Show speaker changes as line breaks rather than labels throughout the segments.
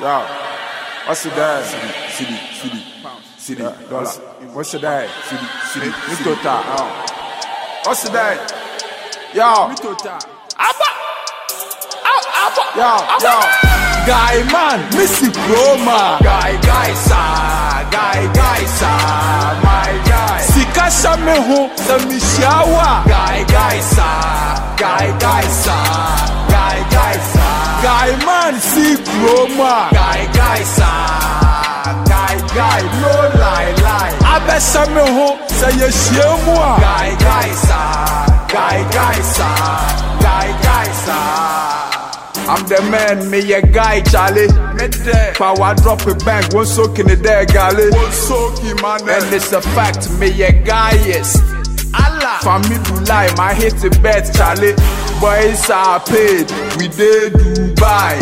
Yeah. What's your dime?
City, city, city,
Yeah, dollar.
dollar.
What's your dime?
City, city,
Me
city.
tota. ah. What's your dime? Yo, tota. yo, yo. Guy man, Missy Chroma.
Guy, guy, sir. Guy, guy, sir. My guy.
Sika shame ho, sa mi shawa.
Guy, guy, sir. Guy, guy, sir. Guy, guy, sir.
Guy man, see Chroma.
Guy, guy, sir. Guy, guy, no lie, lie.
Abe shame ho, sa ye shemwa.
Guy, guy, sir. Guy, guy, sir. Guy, guy, sir. I'm the man, me a guy, Charlie. Me there. Power drop a bang, one soak in the day, galley. One soak in my neck. And it's a fact, me a guy, yes. Allah. Family do lie, my hit the bet, Charlie. Boys are paid, we did Dubai.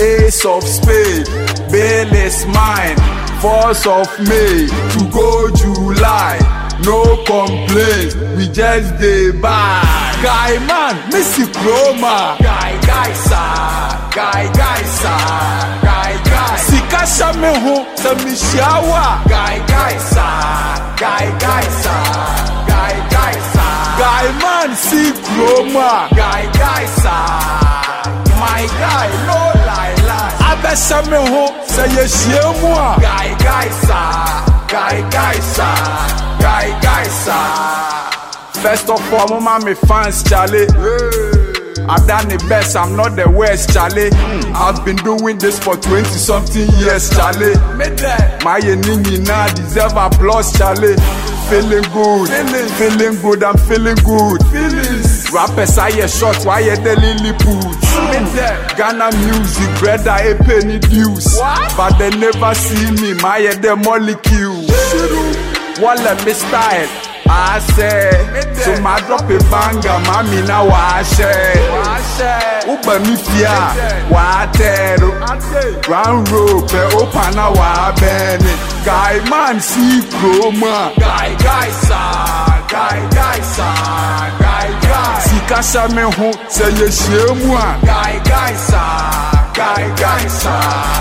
Ace of spade, bail is mine. Force of May to go July. No complaints, we just dey buy.
Guy man, Missy Chroma.
Guy, guy, sir. Guy, guy, sir. Guy, guy.
Sika shame ho, sa mi shawa.
Guy, guy, sir. Guy, guy, sir. Guy, guy, sir.
Guy man, see Chroma.
Guy, guy, sir. My guy, no lie, lie.
Abe shame ho, sa ye shemwa.
Guy, guy, sir. Guy, guy, sir. Guy, guy, sir.
First of all, mo ma me fans, Charlie. I've done the best, I'm not the worst, Charlie. I've been doing this for 20 something years, Charlie. My enemy now deserve applause, Charlie. Feeling good, feeling, feeling good, I'm feeling good. Feelings. Rappers are your short, why you the Lilliput? Ghana music, brother, a penny deuce.
What?
But they never see me, my head, the molecule. Wala me style. I say, so my drop a banger, mommy now I say. Uba mi fia, wa tero. Round rope, open na wa bene. Guy man see chroma.
Guy, guy, sir. Guy, guy, sir. Guy, guy.
Sika shame ho, say ye shemwa.
Guy, guy, sir. Guy, guy, sir.